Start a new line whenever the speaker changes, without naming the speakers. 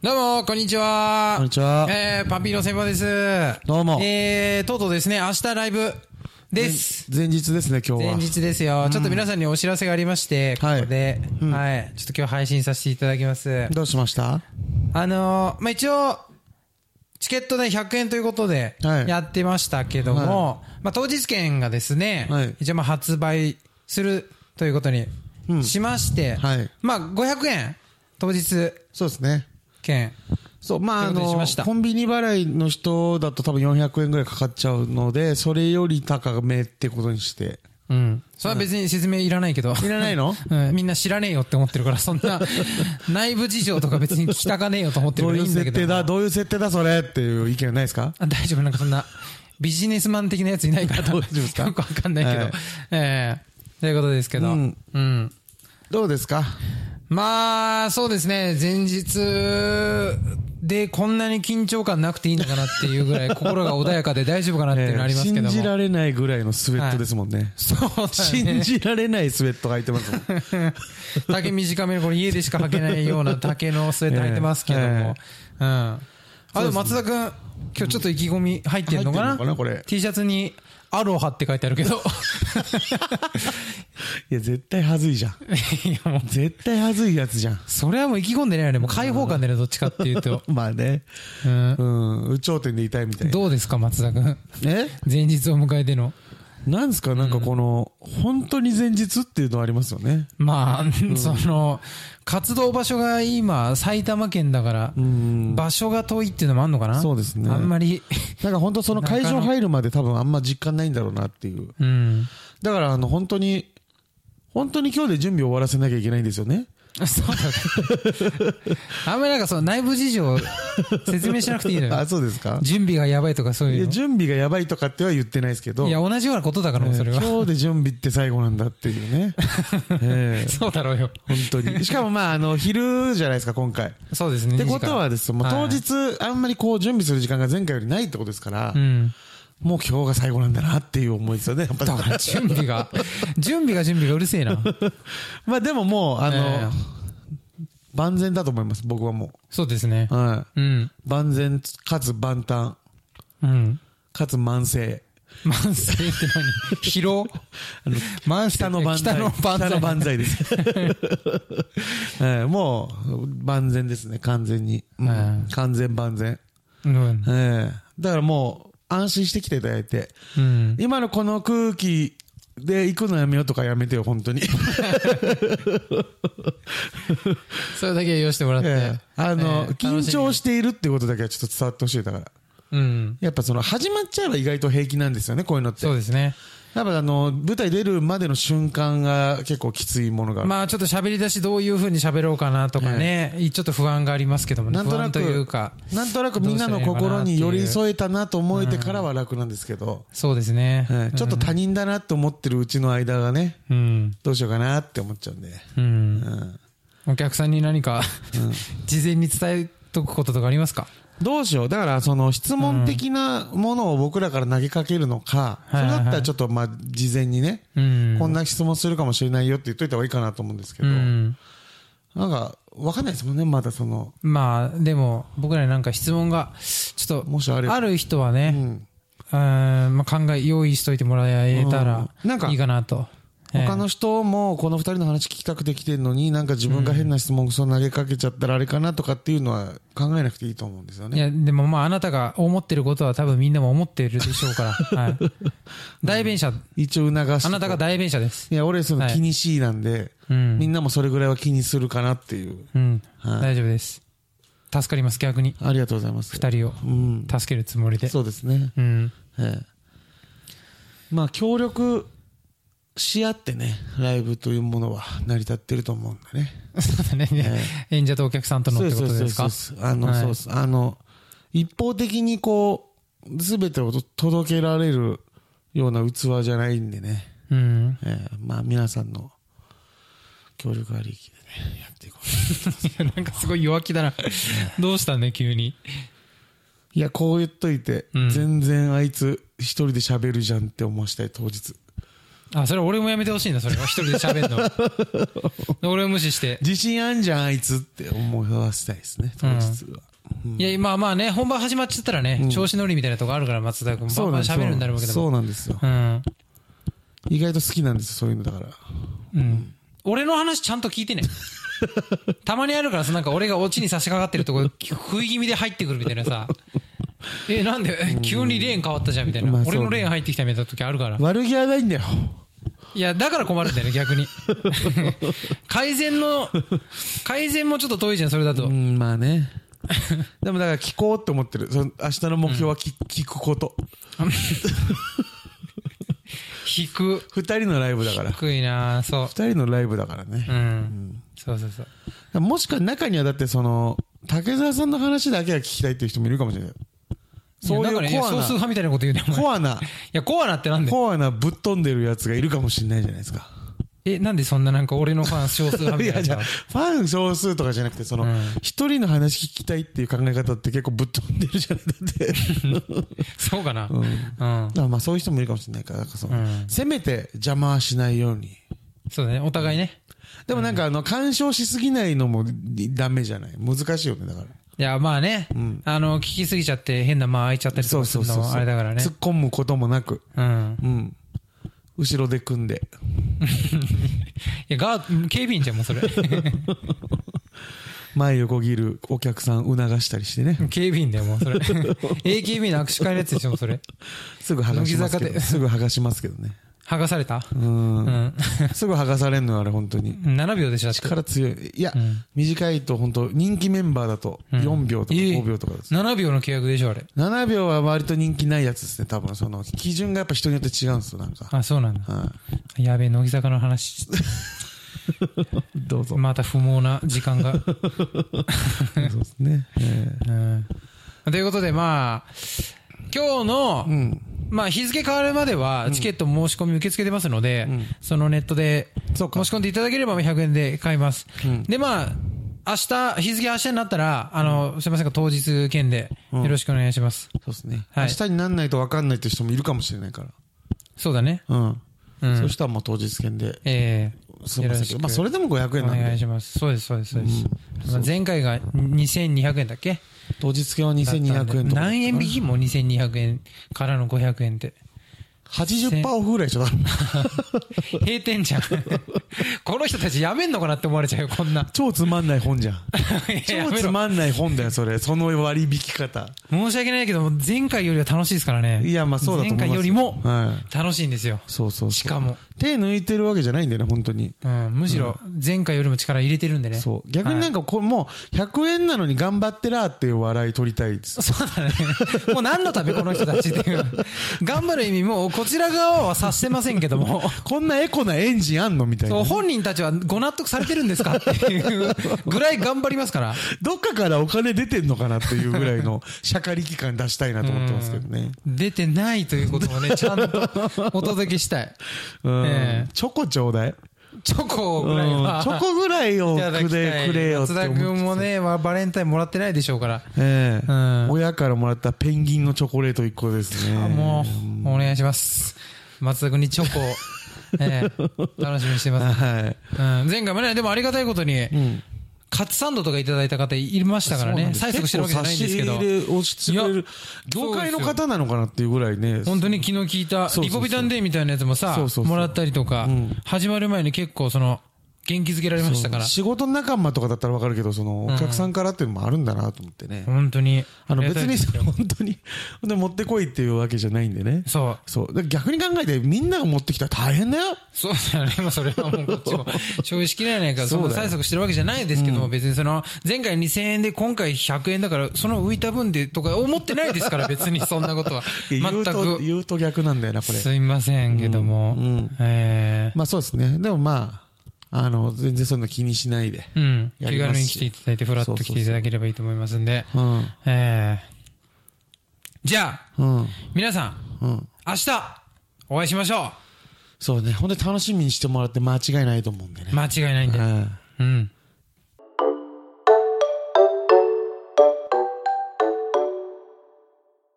どうも、こんにちは。
こんにちは
えー、パンピーの先輩です。
どうも
えー、とうとうですね、明日ライブです。
前日ですね、今日は。
前日ですよ。ちょっと皆さんにお知らせがありまして、こ
はい
こで、はい。ちょっと今日配信させていただきます。
どうしました
あのー、まあ、一応、チケットね、100円ということで、
はい
やってましたけども、まあ、当日券がですね、
はい
一応まあ、発売するということに
うん
しまして、
はい
まあ、500円、当日
そうですね。
券。
そう、まあ、
と
あ
いうことにし
の
ました、
コンビニ払いの人だと多分400円ぐらいかかっちゃうので、それより高めってことにして。
うん。それは別に説明いらないけど。
いらないの
うん、みんな知らねえよって思ってるから、そん な、内部事情とか別に聞きたかねえよと思ってるか
どう
らい
いう
いんだけ
設
ど。
定だ、どういう設定だ、それっていう意見はないですか
あ大丈夫なんかそんな、ビジネスマン的なやついないから、
大丈夫ですか
よ くわかんないけど。
はい
ええということですけど。う
うんん。どうですか
まあ、そうですね、前日でこんなに緊張感なくていいのかなっていうぐらい、心が穏やかで大丈夫かなっていうのありますけど も。
信じられないぐらいのスウェットですもんね。
そうだね。
信じられないスウェット履いてますも ん。
丈短めのこれ家でしか履けないような丈のスウェット履いてますけども。
ええ
うん。あ、でも松田くん、今日ちょっと意気込み入ってんのかな
入ってんのかなこれ
?T シャツにアロハって書いてあるけど。
いや、絶対 はずいじゃん。
いやもう、
絶対はずいやつじゃん。
それはもう意気込んでないよね。もう開放感でね、どっちかっていう と。
まあね。
うん。
うん、有頂天でいたいみたいな。
どうですか、松田くん。
え
前日を迎えての。
なんですかなんかこの、本当に前日っていうのありますよね。
まあ、その、活動場所が今、埼玉県だから、
ん
場所が遠いっていうのもあんのかな
そうですね
あんまり、
なんか本当その会場入るまで多分あんま実感ないんだろうなっていう。
うん。
だからあの本当に、本当に今日で準備を終わらせなきゃいけないんですよね。
そうだねあんまりなんかその内部事情を説明しなくていいの
あ、
よ。
そうですか
準備がやばいとかそう
い
いう
や、
の。
準備がやばいとかっては言ってないですけど。
いや、同じようなことだからもうそれは。
今日で準備って最後なんだっていう ね。ええ
そうだろうよ。
本当に。しかもまあ、あの、昼じゃないですか、今回。
そうですね。
ってことは
2時
ですね、もう当日、あんまりこう準備する時間が前回よりないってことですから、
間うん。
もう今日が最後なんだなっていう思いですよね、やっぱり
だから準備が、 準備が準備がうるせえな。
まあでももう、あの、
ええ
万全だと思います、僕はも
そうですね
う。。は
うん。
い。万全、かつ万端、
うん。
かつ万世。
慢性って何疲労慢性
北の万
北
歳。
の万歳
北の万 歳です。ええもう、万全ですね、完全に。うん
ええ
完全万全。
うん
ええ。だからもう、安心してきていただいて、
うん。
今のこの空気で行くのやめようとかやめてよ、本当に。
それだけは言わせてもらって
ええ。あの、
ええ
緊張しているってことだけはちょっと伝わってほしい、だから。
うん。
やっぱその始まっちゃえば意外と平気なんですよね、こういうのって。
そうですね。
やっぱあの、舞台出るまでの瞬間が結構きついものがある。
まあちょっと喋り出しどういう風に喋ろうかなとかね、ちょっと不安がありますけどもね。
なんとなく
不安というか。
なんとなくみんなの心に寄り添えたなと思えてからは楽なんですけど、
そうですね。
はいちょっと他人だなと思ってるうちの間がね、
うん。
どうしようかなって思っちゃうんで。
うん。
うん
お客さんに何か、 事前に伝えとくこととかありますか
どうしよう。だから、その質問的なものを僕らから投げかけるのか、そ
はい
れ
はいはい
だったらちょっと、まあ、事前にね、
うん。
こんな質問するかもしれないよって言っといた方がいいかなと思うんですけ
う
ど、
ん。
なんか、わかんないですもんね、まだその、
まあ、でも、僕らになんか質問が、ちょっ
もしあれ
と、
ば
ある人は
う
ね、
ん。
うん、まあ考え、用意しといてもらえたら、
うんなんか
いいかなと。ええ
他の人もこの二人の話聞きたくて来てるのに、なんか自分が変な質問その投げかけちゃったらあれかなとかっていうのは考えなくていいと思うんですよ
い
ね。
や、でもまあ、あなたが思ってることは多分みんなも思ってるでしょう から。はい。代弁者、
一応促して。
あなたが代弁者です。
いや、俺その気にしいなんで、
うん。
みんなもそれぐらいは気にするかなっていう。
うん。
はい
大丈夫です。助かります、逆に。
ありがとうございます。
二人を
うん。
助けるつもりで。
そうですね。
うん。
ええ。まあ、協力し合ってね、ライブというものは成り立ってると思うんだね。
そうだね。演者とお客さんとのってことですか
そうそうそうそうあの、
はい
そうです。あの、一方的にこう、すべてを届けられるような器じゃないんでね。
うん。
ええまあ皆さんの協力ありきでね、やっていこう。
なんかすごい弱気だな。どうしたんだよ、急に。
いや、こう言っといて、
うん
全然あいつ一人で喋るじゃんって思わしたい当日。
あ、それ俺もやめてほしいんだ、それは。一人で喋んの。 俺を無視して。
自信あんじゃん、あいつって思わせたいですね、当日は。
いや、まあまあね、本番始まっちゃったらね、調子乗りみたいなとこあるから、松田君。バンバン
よ
喋るんだろうけど
そ
も。
うなんですよ
う。ん。
意外と好きなんですよ、そういうのだから。
うん。俺の話ちゃんと聞い てね。たまにあるからさ、なんか俺がオチに差し掛かってるとこ、食い気味で入ってくるみたいなさ。え、なんで、え急にレーン変わったじゃんみたいな
まあ。そう
俺のレーン入ってきたみたいな時あるから。
悪気はないんだよ。
いや、だから困るんだよね、 逆に。改善の、改善もちょっと遠いじゃん、それだ
う
と。
ん、まあね。 でもだから聞こうって思ってる。その明日の目標は聞,、聞くこと。
引く。
二人のライブだから。
低いなそ
二人のライブだからね
う。う。ん。そうそうそう。
もしくは中にはだってその、竹澤さんの話だけは聞きたいっていう人もいるかもしれない。そういう
やなんかね、
コア
少数
な、
派みたいなこと 言うね、お前。い
コアな、
や、コアなってなんだよ。
コアなぶっ飛んでるやつがいるかもしれないじゃないですか。
え、なんでそんななんか俺のファン少数派
い
みた
や、
い
じ
な
ゃあ
の。
ファン少数とかじゃなくて、その
うん、
一人の話聞きたいっていう考え方って結構ぶっ飛んでるじゃない だって。
そうかな。
うん。だ
うん。
からまあそういう人もいるかもしれないから、なんかその
うん
せめて邪魔はしないように。
そうだね、お互いね。
でもなんかあの、干渉しすぎないのもダメじゃない。難しいよね、だから。
いや、まあね、あの、聞きすぎちゃって変な間空いちゃったりとかするのもあれだからね
突。っ込むこともなく。
うん。
うん。後ろで組んで。
いや、ガー、警備員じゃん、もう それ。
前横切るお客さん促したりしてね。
警備員だよ、もうそれ。AKB の握手会のやつでしょ、もうそ れ。
すぐ剥がしますけ
乃木坂
ど。
です
ぐ剥がしますけどね。
剥がされた
うん
う。ん。
すぐ剥がされんのよ、あれ、本当に。
7秒でしょ、だって。
力強い。いや、
うん
短いと本当人気メンバーだと
ん
4秒とか
いい
5秒とかです。
7秒の契約でしょ、あれ。
7秒は割と人気ないやつですね、多分。その、基準がやっぱ人によって違うんですよ、なんか。
あ、そうなんだ。
は
やべえ、乃木坂の話。
い。どうぞ。
また不毛な時間 が。
そうですね。 え
うん。ということで、まあ、今日の、
えうん。
まあ、日付変わるまでは、チケット申し込み受け付けてますので、
うん
そのネットで、申し
そうか
込んでいただければ100円で買います。
うん
で、まあ、明日、日付明日になったら、あの、すいませんが、当日券で、
うん
よろしくお願いします。
そうですね。
はい
明日になんないと分かんないって人もいるかもしれないか
そうだね。
ら。うん。
うん。
そしたらもう当日券で
え
済ませて
よろしく
まあ、それでも500
え
円なん
お願い
で。
します。そうです、そうです、そうです。
うん
まあ前回が2200円だっけ
当日券は2200円とか。
何円引きも2200円からの500円 って。
?80% オフぐらいでし ょ、多分
閉店 じゃん。この人たちやめんのかなって思われちゃうよ、こ んな。
超つまんない本じゃん。
いやや
超
め
つ
ろ
まんない本だよ、それ。その割引き方。
申し訳ないけど、前回よりは楽しいですからね。
いや、まあそうだと思います。
前回よりも
はい。
楽しいんですよ。
そうそうそう。
しかも。
手抜いてるわけじゃないんだよね、本当に。
うん、むしろ前回よりも力入れてるんでね。
そう。逆になんかこう、もう、100円なのに頑張ってらーっていう笑い取りたいです。
そうだね。 もう何のためこの人たちっていう。頑張る意味も、こちら側は察してませんけども。
こんなエコなエンジンあんのみたい
そう
な。
本人たちはご納得されてるんですかっていうぐらい頑張りますから。
どっかからお金出てんのかなっていうぐらい の、シャカリ期感出したいなと思ってますけどね。
出てないということも ね、ちゃんとお届けしたい。
う
え
ん
え
チョコちょうだい。
チョコ
うん
ぐらいは。
チョコぐらいを
い
く
ただきた
れ、
い
くれよって
松田
思っ
君
て。
もね、まあバレンタインもらってないでしょうから。
ええ
うん
親からもらったペンギンのチョコレート1個ですね。
あもう、お願いします。松田君にチ ョコを、ええ楽しみにしてます。
はい。
うん、前回もね、でもありがたいことに、
ん
カツサンドとかいただいた方いましたからね、催促してるわけじゃないんですけど、
結構差し入れをしてくれ
いや
る。業界の方なのかなっていうぐらいね。
本当に昨日聞いた
そ、うそうそう
リコビタンデーみたいなやつもさ、
そうそうそう
もらったりとか、
ん
始まる前に結構その、元気づけられましたから、
仕事仲間とかだったらわかるけど、その、お客さんからっていうのもあるんだなと思ってね。
本当に。
あの、
りがた
別
い
に、その本当に、 本当に持ってこいっていうわけじゃないんでね。
そう。
そう。だから逆に考えて、みんなが持ってきたら大変だよ。
そうだよね。まあそれはもうこっちも、消費しきれないから、そ
そ
の
うだよ
催促してるわけじゃないですけども、別にその、前回2000円で今回100円だから、その浮いた分でとか思ってないですから、別にそんなことは。全
言うと、
く。
言うと逆なんだよな、これ。
すいませんけども。
うんうん
え
まあそうですね。でもまあ、あの、全然そんな気にしないで。
えうん。
や
気
りま
軽
す
に
し
来ていただいて、ふらっと来ていただければいいと思いますんで。
うん。
ええじゃあ、
うん。
皆さん、
うん。
明日、お会いしましょ
そうね。本当に楽しみにしてもらって間違いないと思うんでね
う。。間違いないんで。
うん
うん。